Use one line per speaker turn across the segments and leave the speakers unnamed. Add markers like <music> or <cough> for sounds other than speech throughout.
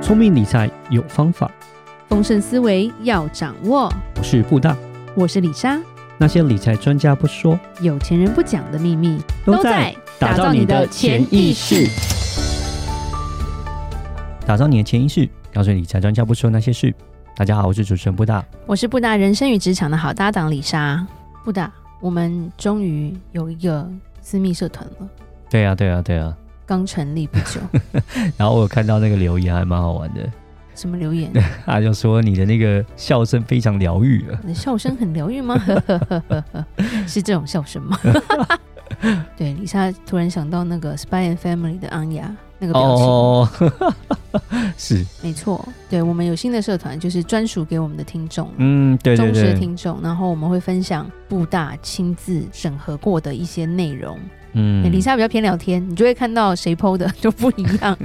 聪明理财有方法，
丰盛思维要掌握。
我是布大。
我是李莎，
那些理财专家不说，
有钱人不讲的秘密
打造你的潜意识。，打造你的潜意识，告诉你理财专家不说那些事。大家好，我是主持人布大。
我是布达人生与职场的好搭档李莎。布达，我们终于有一个私密社团了，
对啊，对啊，对啊。
刚成立不
<laughs>
久。
然后我有看到那个留言还蛮好玩的，
什么留言？
<laughs> 他就说你的那个笑声非常疗愈啊。
你的笑声很疗愈吗？ <laughs> 是这种笑声
<laughs>
吗？对，李莎突然想到那个《Spy and Family》的安雅那个表情。
哦， <laughs> 是，
没错，对我们有新的社团，就是专属给我们的听众。
嗯，对对
忠实的
对，
听众，然后我们会分享布大亲自审核过的一些内容。
嗯
欸李莎比较偏聊天，你就会看到谁 PO 的就不一
<laughs>
样。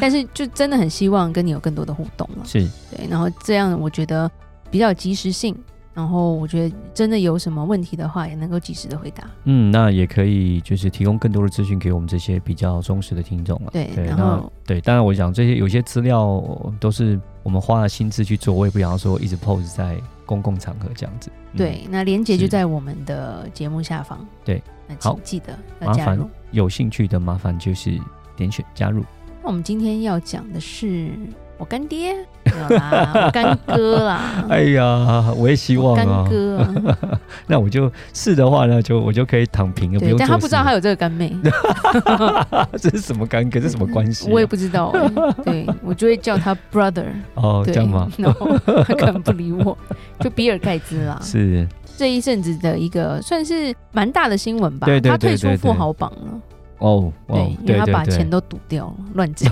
但是就真的很希望跟你有更多的互动了，
是，
对，然后这样我觉得比较有及时性，然后我觉得真的有什么问题的话，也能够及时的回答。
嗯，那也可以就是提供更多的资讯给我们这些比较忠实的听众了。啊
对，然
那
后
对，当然我想这些有些资料都是我们花了心思去做，我也不想说一直 pose 在公共场合这样子。嗯，
对，那连接
是
就在我们的节目下方。
对，
那
好
请记得要
麻
加
烦
入。
有兴趣的麻烦就是点选加入。
那我们今天要讲的是我干爹，没有啦， <laughs> 我干哥啦。
哎呀，我也希
我
望
干
啊。
哥、啊，
那我就是的话呢，就我就可以躺平了，不
对，
用
但
做
他不知道
事
他有这个干妹，
<laughs> 这是什么干 <laughs> 戈，这是什么关系啊、
我也不知道、欸，对我就会叫他 brother，
哦，
对，
这样吗？
<laughs> 然后他可能不理我， <laughs> 就比尔盖茨啦，
是，
这一阵子的一个算是蛮大的新闻吧，
对对
他退
对对
出富
对
豪榜了，
哦，哦，
因为
对
他把
对
钱
对，
都赌掉了，乱
<laughs>
讲，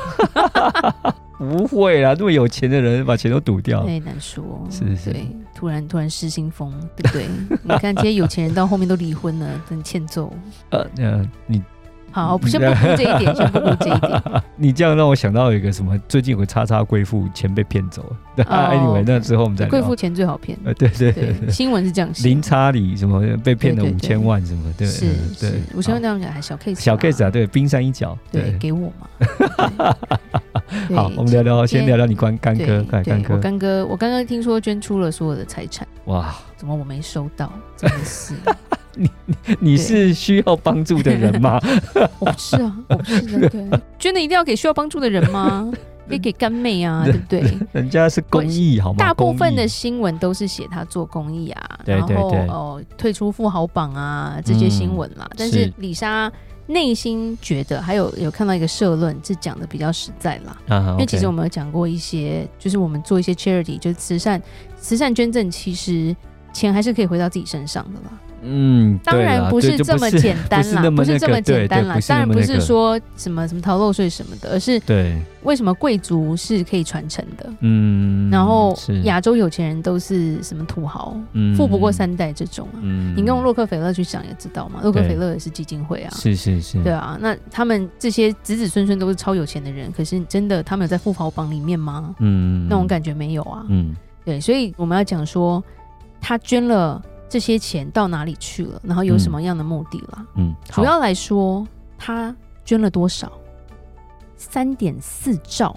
不会啦，那么有钱的人把钱都赌掉
那，也哎难说，
是是
对，突然突然失心疯，对不对？ <laughs> 你看这些有钱人到后面都离婚了，很欠揍。
呃，呃，你
好，先不顾这一
<laughs>
点，先不顾这一点，
你这样让我想到有一个什么，最近有个叉叉贵妇钱被骗走了。
<laughs>
对、a n y w a y 那之后我们再聊。
哦贵妇钱最好骗，
呃，对对对
对，新闻是这样写，
零差里什么被骗了
对
五
对对
千万什么，对
是
嗯
是
对，
我希望
好
这样讲，还小 case
小
啦
case 啊，对，冰山一角。
对，
对，
给我
<laughs>
嘛。对
好，我们聊聊，先聊聊你干干哥，
对
干
对
干
我
哥，
干哥，我刚刚听说捐出了所有的财产，
哇，
怎么我没收到？真的是， <laughs>
你是需要帮助的人
<laughs>
吗？
我不是啊，我不是
<laughs>
的，对，捐的一定要给需要帮助的人吗？可以给干妹啊，对不对？
人家是公益好吗？
大部分的
公益
新闻都是写他做公益啊，
对对
然后
对嗯
哦退出富豪榜啊这些新闻啦。但是
是
李莎内心觉得，还有有看到一个社论，是讲的比较实在啦。
啊，
因为其实我
们
们有讲过一些，就是我们做一些 charity，就是慈善慈善捐赠，其实钱还是可以回到自己身上的啦。
嗯，
当
对
然
啦
不
对
是
就
这么
<laughs>
简单啦，
不
不
是
是
那
这
么
么
那个对
简单
对
啦
不。是
当然
那么
不
那
是
个
说什么什么逃漏税什么的，而是
对，
为什么贵族是可以传承的，
嗯，
然后
是
亚洲有钱人都是什么土豪，
嗯
富不过，三代这种啊。
嗯
你用洛克菲勒去想也知道嘛，洛克菲勒也是基金会啊。
是是是，
对啊，那他们这些子子孙孙都是超有钱的人，可是真的他们有在富豪榜里面吗？
嗯，
那种感觉没有啊。
嗯，
对，所以我们要讲说，他捐了这些钱到哪里去了，然后有什么样的目的啦？
嗯，
主
好
要来说，他捐了多少？三点四兆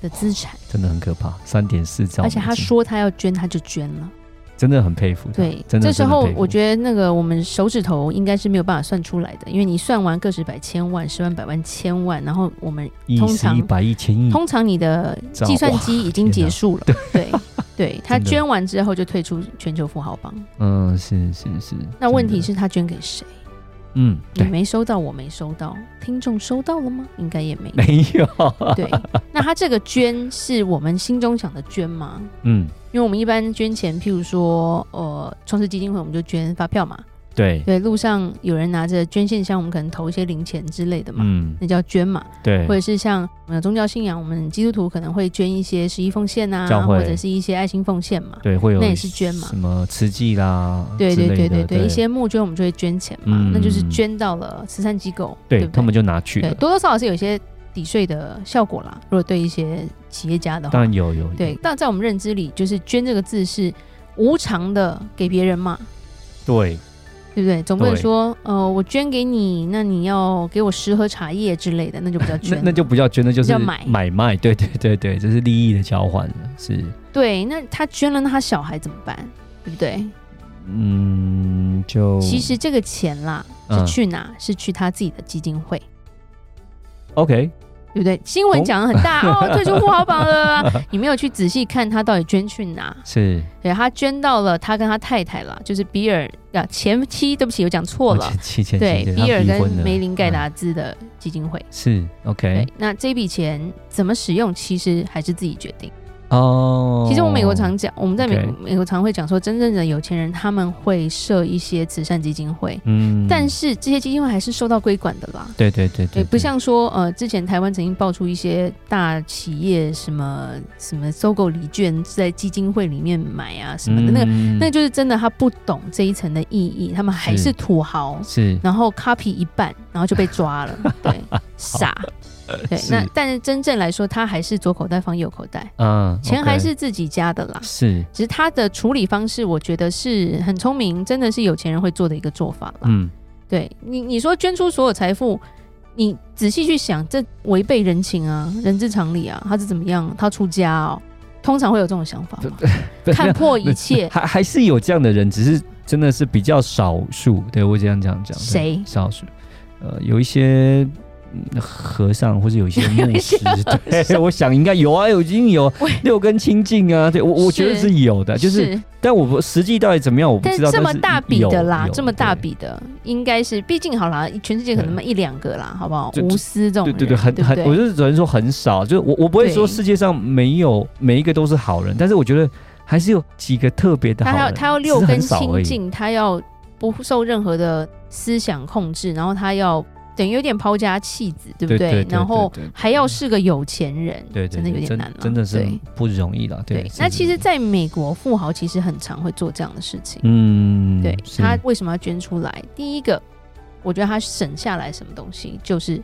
的资产，
真的很可怕，三点四兆美金，
而且他说他要捐，他就捐了。
真的很佩服他，
对，
真的
这时候我
得
觉得那个我们手指头应该是没有办法算出来的，因为你算完个十百千万、十万百万千万，然后我们
一
通
十
常
一百亿千亿，
通常你的
兆
计算机已经
天
结
哪
束
<laughs>
了，对对，他
真的
捐完之后就退出全球富豪榜。
嗯，是是是，
那问题
真的，
是，他捐给谁？
嗯，
你
对，
没收到，我没收到，听众收到了吗？应该也没有。
没有，
对，那他这个捐是我们心中想的捐吗？
<laughs> 嗯，
因为我们一般捐钱，譬如说，呃，创世基金会我们就捐发票嘛，
对，
对，路上有人拿着捐献箱，我们可能投一些零钱之类的嘛，
嗯，
那叫捐嘛。
对
或，者是像我们有宗教信仰，我们基督徒可能会捐一些十一奉献啊
教，会
或者是一些爱心奉献嘛。
对，会有
那也是捐嘛
什么慈济啦
对
之
对
类的，
对对对，一些募捐我们就会捐钱嘛，
嗯
那就是捐到了慈善机构，
对
不对
他们就拿去
对
了，
多多少少是有一些抵税的效果啦。如果对一些企业家的
当
话，
然有有，有
对，但在我们认知里，就是捐这个字是无偿的给别人嘛，
对，
对不对？总不能
对
说，呃，我捐给你，那你要给我十盒茶叶之类的，那就不叫
那
捐。
那就不叫捐，那就是
叫买
买卖，对对对对，这是利益的交换了，是
对，那他捐了，那他小孩怎么办？对不对？
嗯，就
其实这个钱啦，
嗯
是去哪？是去他自己的基金会，
OK，
对不对？新闻讲的很
<laughs>
大哦退出富豪榜了，你没有去仔细看他到底捐去哪？
是
对，他捐到了他跟他太太啦，就是比尔啊前妻，对不起，我讲错了，
哦七千
对，
他
比尔
离
跟
婚了
梅林盖
嗯哎
达兹的基金会。
是 OK
对，那这笔钱怎么使用，其实还是自己决定。
哦，
其实我美国常讲，我们在美
OK
美国常会讲说，真正的有钱人他们会设一些慈善基金会，
嗯，
但是这些基金会还是受到规管的啦。
对对对
也
对，
不
对
像说，呃，之前台湾曾经爆出一些大企业什么什么收购礼券是在基金会里面买啊什么的，那个
嗯
那就是真的他不懂这一层的意义，他们还
是
是土豪，
是
然后 copy 一半，然后就被抓
<laughs>
了，对，傻，对，
是
那但是真正来说，他还是左口袋放右口袋，
嗯，
钱
OK，
还是自己家的啦。
是
只是他的处理方式，我觉得是很聪明，真的是有钱人会做的一个做法啦。
嗯
对你，你说捐出所有财富，你仔细去想，这违背人情啊，人之常理啊。他是怎么样？他出家哦，通常会有这种想法吗，
<laughs>
看破一切。
还还是有这样的人，只是真的是比较少数。对我这样讲讲，对
谁
少数？呃，有一些。嗯和尚或者有一些
有
牧
一些
师，对，我想应该有啊，有一定有
喂
六根清净啊，对我我觉得
是
是有的，就是，但我不实际到底怎么样，我不
但
知道。
这么
但是
大笔
有
的啦
有，
这么大
对
笔的，应该是，毕竟好啦，全世界可能那么一两个啦，好不好？
就
无私这种
对对
人，
对，很
对不
很，
对
我就是只能说很少，就是我我不会说
对
世界上没有每一个都是好人，但是我觉得还是有几个特别的好
他要
人，
他要六
只是
根
很少而已，
清净，他要不受任何的思想控制，然后他要等于有点抛家弃子，对不
对对对
然后
对对对
还要是个有钱人，
对对
真的有
对
点难了，
真的是
对
不容易了。对
对，。
是
那其实，在美国，富豪其实很常会做这样的事情。
嗯，
对
是
他为什么要捐出来？第一个，我觉得他省下来什么东西，就是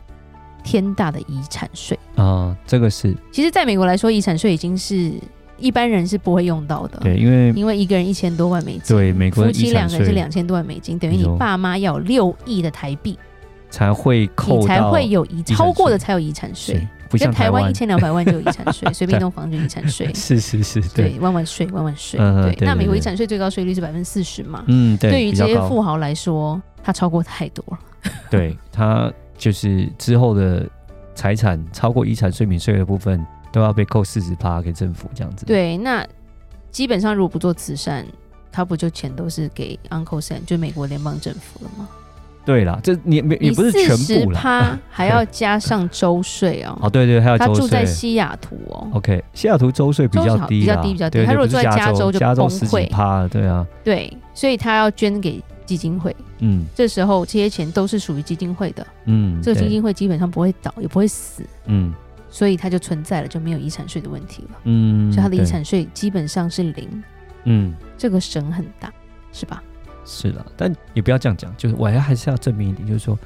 天大的遗产税。
啊，这个是
其实，在美国来说，遗产税已经是一般人是不会用到的。
对，因为
因为一个人一千多万美金，
对美国
夫
的
妻
遗
两
产
个人是
税
两千多万美金，等于
哎
你
呦
爸妈要有六亿的台币，
才会
你
扣
才
到
会有遗
产税
超过的才有遗产税
是。，不
跟
像
台湾
湾，
一千两百万就有遗产税，随便一栋房就有遗产税
是是是，对，
对，万万税，万万税。
嗯
对
对，对
那美国
对
遗产税最高税率是百分之四十嘛？
嗯，对，
对于
比
这
较
些
高嗯
富豪来说，他超过太多了。
<laughs> 对他就是之后的财产超过遗产税免税的部分都要被扣四十趴给政府这样子。，
对，那基本上如果不做慈善，他不就钱都是给 Uncle Sam，就美国联邦政府了吗？
对啦，这你也没也不是全
十
部啦。
趴还要加上州税哦。
<laughs> 哦，对对，还有
他
州
住
税
在。西雅图哦，
OK，西雅图州税比较低啦，
州是好比较低比较低
对
他如果
就不
住
是
在
加
加州就
加州
崩
十
溃
几趴，对啊，
对，所以他要捐给基金会。
嗯
这时候这些钱都是属于基金会的，
嗯，
这个基
对
金会基本上不会倒，也不会死，
嗯
所以它就存在了，就没有遗产税的问题了。
嗯，
所以他的遗
对
产税基本上是零，
嗯
这个省很大，是吧？
是啦，但也不要这样讲，就是我还还是要证明一点，就是说，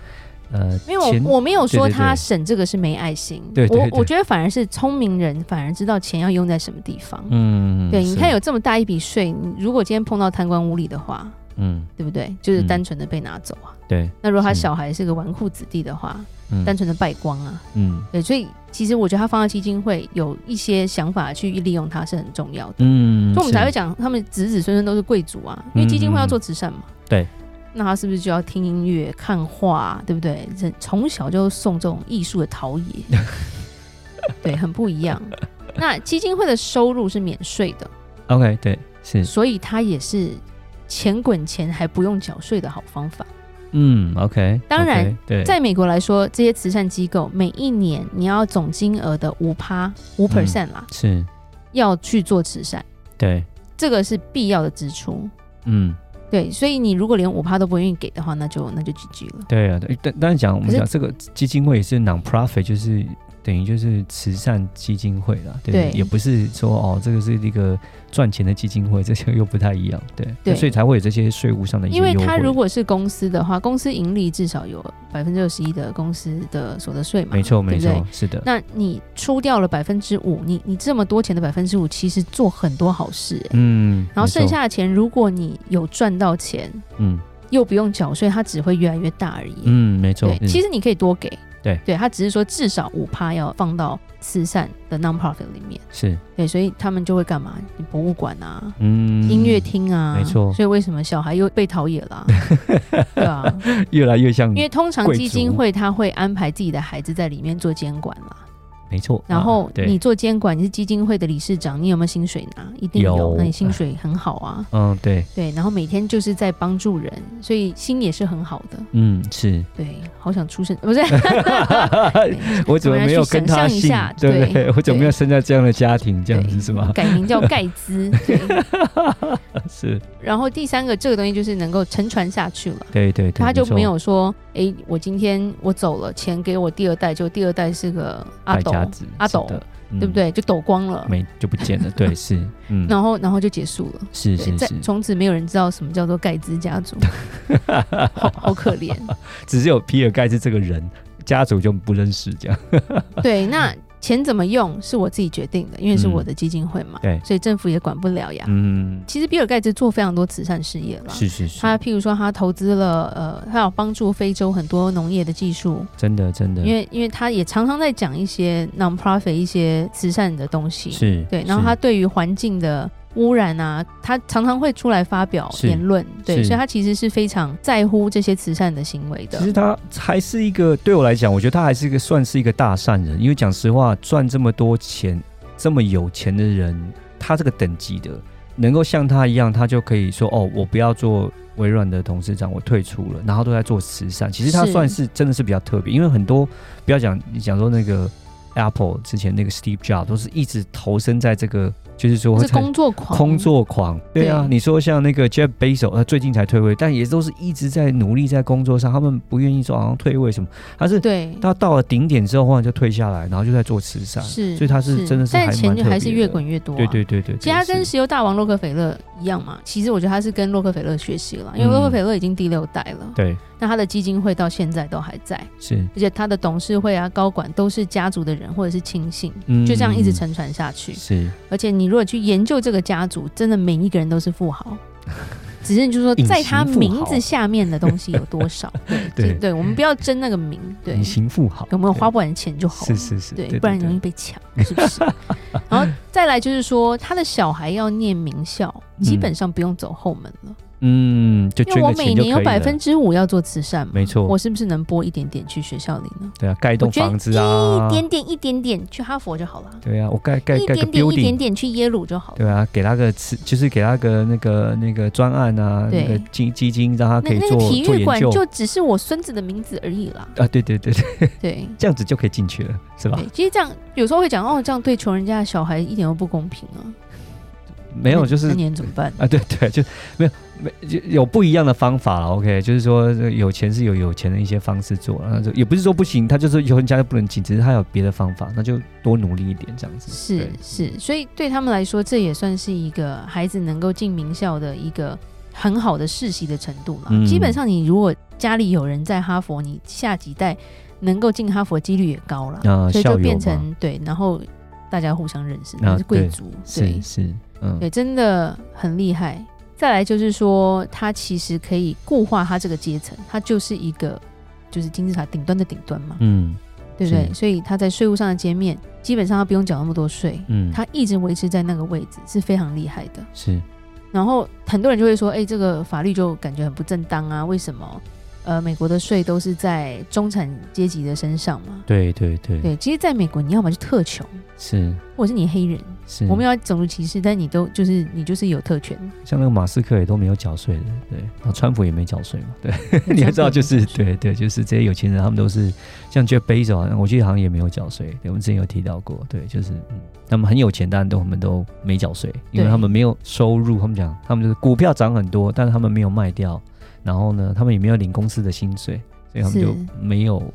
呃，
没有，我我没有说他省这个是没爱心，
对对
我
对
我觉得反而是聪明人反而知道钱要用在什么地方。
嗯，
对，你
是
看有这么大一笔税，你如果今天碰到贪官污吏的话，
嗯
对不对？就是
嗯
单纯的被拿走啊。
对
那如果他
是
小孩是个纨绔子弟的话，
嗯
单纯的败光啊。
嗯
对，所以其实我觉得他放到基金会有一些想法去利用它是很重要的，
嗯，
所以我们才
是嗯
会讲他们子子孙孙都是贵族啊，因为基金会要做慈善嘛。
对。
那他是不是就要听音乐、看画，对不对？人从小就送这种艺术的陶冶，
<laughs>
对，很不一样。那基金会的收入是免税的，
OK 对是
所以它也是钱滚钱还不用缴税的好方法。
嗯，OK，
当然
OK，对，
在美国来说，这些慈善机构每一年你要总金额的五趴
嗯
五 percent 啦，
是，
要去做慈善，
对，
这个是必要的支出。
嗯，
对，所以你如果连五趴都不愿意给的话，那就那就 GG 了。
对啊，对，但但是讲我们
可是
讲这个基金会也是 non-profit，就是等于就是慈善基金会啦，对，
对
也不是说哦，这个是一个赚钱的基金会，这 <laughs> 些又不太一样，对，
对
所以才会有这些税务上的一些优
因为
惠，
它如果是公司的话，公司盈利至少有百分之二十一的公司的所得税嘛，
没错
对
没
不对
错，是的，
那你出掉了百分之五，你你这么多钱的百分之五，其实做很多好事、欸
嗯，
然后
没错
剩下的钱，如果你有赚到钱，
嗯
又不用缴税，它只会越来越大而已。
嗯，没错
对，，
嗯
其实你可以多给。
对
对，他只是说至少五趴要放到慈善的 nonprofit 里面。
是，
对，所以他们就会干嘛？你博物馆啊，
嗯，
音乐厅啊，
没错
所以为什么小孩又被陶冶啦、对啊，
<laughs> 越来越像，
因为通常
贵族
基金会他会安排自己的孩子在里面做监管啦。
没错。
然后
啊啊对
你做监管，你是基金会的理事长，你有没有薪水拿？一定有，
有
那你薪水很好啊。
嗯，对，
对，然后每天就是在帮助人，所以心也是很好的。
嗯，
<laughs>
是
对，好想出生，不是？ <laughs>
<laughs> 我怎么没有跟他
我们要去想象一
姓
下，
对不对？<laughs>
对
我怎么没有生在这样的家庭，这样
对
子是吗？
改名叫盖兹。对，
是，
然后第三个，这个东西就是能够沉传下去了。
对对对，
他就
错
没有说，诶，我今天我走了，钱给我第二代，就第二代是个阿
败
斗，
家子，
阿
是
斗
的，
对
嗯？
不对？就抖光了，
<laughs> 没就不见了，对，是，嗯，
然后然后就结束了。
是
对，
是
在
是，
从此没有人知道什么叫做盖兹家
<laughs>
族，好好可怜。
只有比尔盖茨这个人，家族就不认识这样，
对，那钱怎么用是我自己决定的，因为是
嗯
我的基金会嘛，
对
所以政府也管不了呀。
嗯，
其实比尔盖茨做非常多慈善事业了，
是是是，
他譬如说他投资了呃，他有帮助非洲很多农业的技术，
真的真的，
因为因为他也常常在讲一些 non-profit 一些慈善的东西，
是，
对，然后
是
他对于环境的污染啊，他常常会出来发表
是
言论，对，
是
所以他其实是非常在乎这些慈善的行为的
其。实他还是一个，对我来讲，我觉得他还是一个算是一个大善人，因为讲实话，赚这么多钱，这么有钱的人，他这个等级的，能够像他一样，他就可以说哦，我不要做微软的董事长，我退出了，然后都在做慈善。其实他
是
算是真的是比较特别，因为很多不要讲你讲说那个 Apple 之前那个 Steve Jobs 都是一直投身在这个，就是说
是
在
工作狂，
工作狂，对啊，
对
你说像那个 Jeff Bezos，他最近才退位，但也都是一直在努力在工作上，他们不愿意说好像退位什么，他是
对，
他到了顶点之后，忽然就退下来，然后就在做慈善，
是，
所以他是真的是还
但
蛮
钱就
特
还是
别
越
的
滚越多、啊。
对对对对，
其实他
真
跟
是
石油大王洛克菲勒一样嘛，其实我觉得他是跟洛克菲勒学习了，因为
嗯
洛克菲勒已经第六代了，
对
那他的基金会到现在都还在，
是，
而且他的董事会啊、高管都是家族的人或者是亲信，
嗯
就这样一直沉传下去。
是
而且你如果去研究这个家族，真的每一个人都是
<laughs>
富豪，只是就是说
隐形
在他
富豪
名字下面的东西有多
<laughs>
少，
对
对对，我们不要争那个名，对
隐，形富豪，
有没有花不完的钱就好
是。
了
是是，
对，不然容易被抢，是不是？ <laughs> 然后再来就是说，他的小孩要念名校，基本上不用走后门了，
嗯，就
因为
捐
我
个
每
钱就
年有
可以
百
了，
分之五要做慈善嘛，
没错
我是不是能拨一点点去学校里呢？
对啊，盖一栋
我捐
房子啊
一，点点，一点点去哈佛就好了，
对啊，我盖盖
一
盖个
点点，一点
building。啊
点去耶鲁就好了。
对啊，给他个吃，就是给他个那个那个专案啊，
对
那个基基金，让他可
那
以
那
做
个体
做
育馆
研究
就只是我孙子的名字而已啦，
啊，对对对对， <laughs>
对。
这样子就可以进去了，是吧
对？，其实这样有时候会讲哦，这样对穷人家的小孩一点都不公平啊。
没有，
那
就是
那你能怎么办？
啊，对对，就没有没就有不一样的方法了。OK，就是说这有钱是有有钱的一些方式做，然后就也不是说不行，他就是有人家就不能进，只是他有别的方法，那就多努力一点这样子。
是
对
是，所以对他们来说，这也算是一个孩子能够进名校的一个很好的世袭的程度嘛。
嗯
基本上，你如果家里有人在哈佛，你下几代能够进哈佛几率也高了，
啊，
所以
校
就
友
变
嘛，
成对，然后大家互相认识，
啊
那是贵族，对
是是，嗯，
对，真的很厉害。再来就是说，他其实可以固化他这个阶层，他就是一个就是金字塔顶端的顶端嘛，
嗯
对不对？
是
所以他在税务上的减免，基本上他不用缴那么多税，
嗯，
他一直维持在那个位置是非常厉害的。
是
然后很多人就会说，哎、这个法律就感觉很不正当啊，为什么？呃，美国的税都是在中产阶级的身上嘛。
对对对，
对，其实在美国，你要么就特穷，
是
或者是你黑人，
是，
我们要种族歧视，但你都就是你就是有特权。
像那个马斯克也都没有缴税的，对，然
嗯
后川普也没缴税嘛，对， <laughs> 你要知道就是对对，就是这些有钱人他们都是像 Jeff Bezos，好像我记得好像也没有缴税，对，我们之前有提到过，对，就是嗯，他们很有钱，但都他们都没缴税，因为
对
他们没有收入，他们讲他们就是股票涨很多，但是他们没有卖掉，然后呢，他们也没有领公司的薪水，所以他们
是
就没有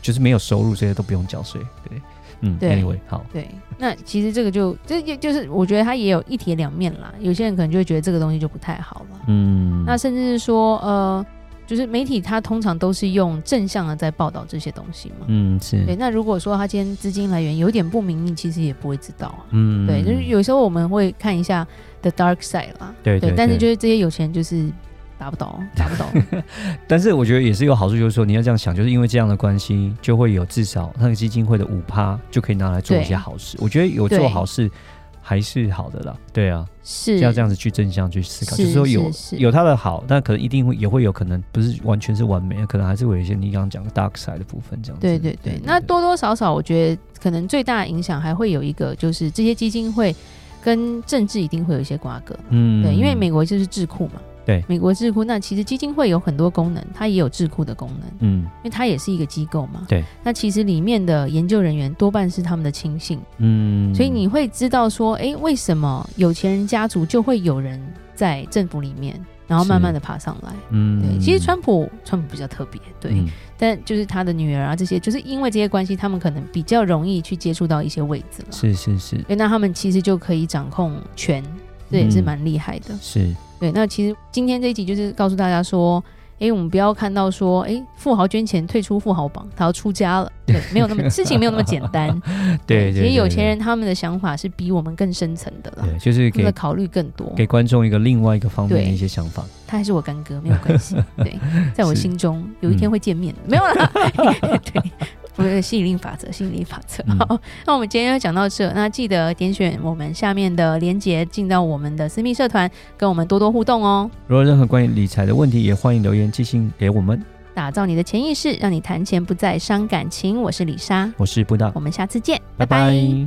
就是没有收入，所以都不用缴税，对，嗯
对
，anyway，好，
对，那其实这个就这就就是我觉得它也有一体两面啦。有些人可能就会觉得这个东西就不太好了。
嗯，
那甚至是说，呃，就是媒体它通常都是用正向的在报道这些东西嘛。
嗯是
对，，那如果说他今天资金来源有点不明，你其实也不会知道啊。
嗯
对，就是有时候我们会看一下 The Dark Side 啦，
对对
但是
对
就是这些有钱人就是打不倒，
<laughs>
打不倒。
但是我觉得也是有好处，就是说你要这样想，就是因为这样的关系，就会有至少那个基金会的五趴就可以拿来做一些好事。我觉得有做好事还是好的啦，对啊，
是
要这样子去正向去思考，
是
就是说有
是是
有它的好，但可能一定会也会有可能不是完全是完美，可能还是会有一些你刚刚讲的 dark side 的部分这样子。
对对对，那多多少少，我觉得可能最大影响还会有一个，就是这些基金会跟政治一定会有一些瓜葛。
嗯
对，因为美国就是智库嘛。
对
美国智库，那其实基金会有很多功能，它也有智库的功能，
嗯
因为它也是一个机构嘛。
对，
那其实里面的研究人员多半是他们的亲信，
嗯，
所以你会知道说，诶，为什么有钱人家族就会有人在政府里面，然后慢慢的爬上来。
嗯
对，其实川普川普比较特别，对，
嗯
但就是他的女儿啊这些，就是因为这些关系，他们可能比较容易去接触到一些位置了。
是是是
对，那他们其实就可以掌控权，这
嗯
也是蛮厉害的。
是
对，那其实今天这一集就是告诉大家说，诶，我们不要看到说，诶，富豪捐钱退出富豪榜，他要出
<laughs>
家了，对，没有那么事情没有那么简单。
对对对，
其实有钱
对
人他们的想法是比我们更深层的啦，
对，就是
他们
给
的考虑更多。
给观众一个另外一个方面的一些想法。
他还是我干哥，没有关
<laughs>
系。对，在我
是嗯
心中有一天会见面的，没有啦。 <laughs> 对，不是 <laughs> 吸引力法则，吸引力法则。
嗯
好，那我们今天就讲到这，那记得点选我们下面的连接，进到我们的私密社团，跟我们多多互动哦。
如果有任何关于理财的问题，也欢迎留言寄信给我们。
打造你的潜意识，让你谈钱不再伤感情。我是李莎，
我是布大，
我们下次见，
拜拜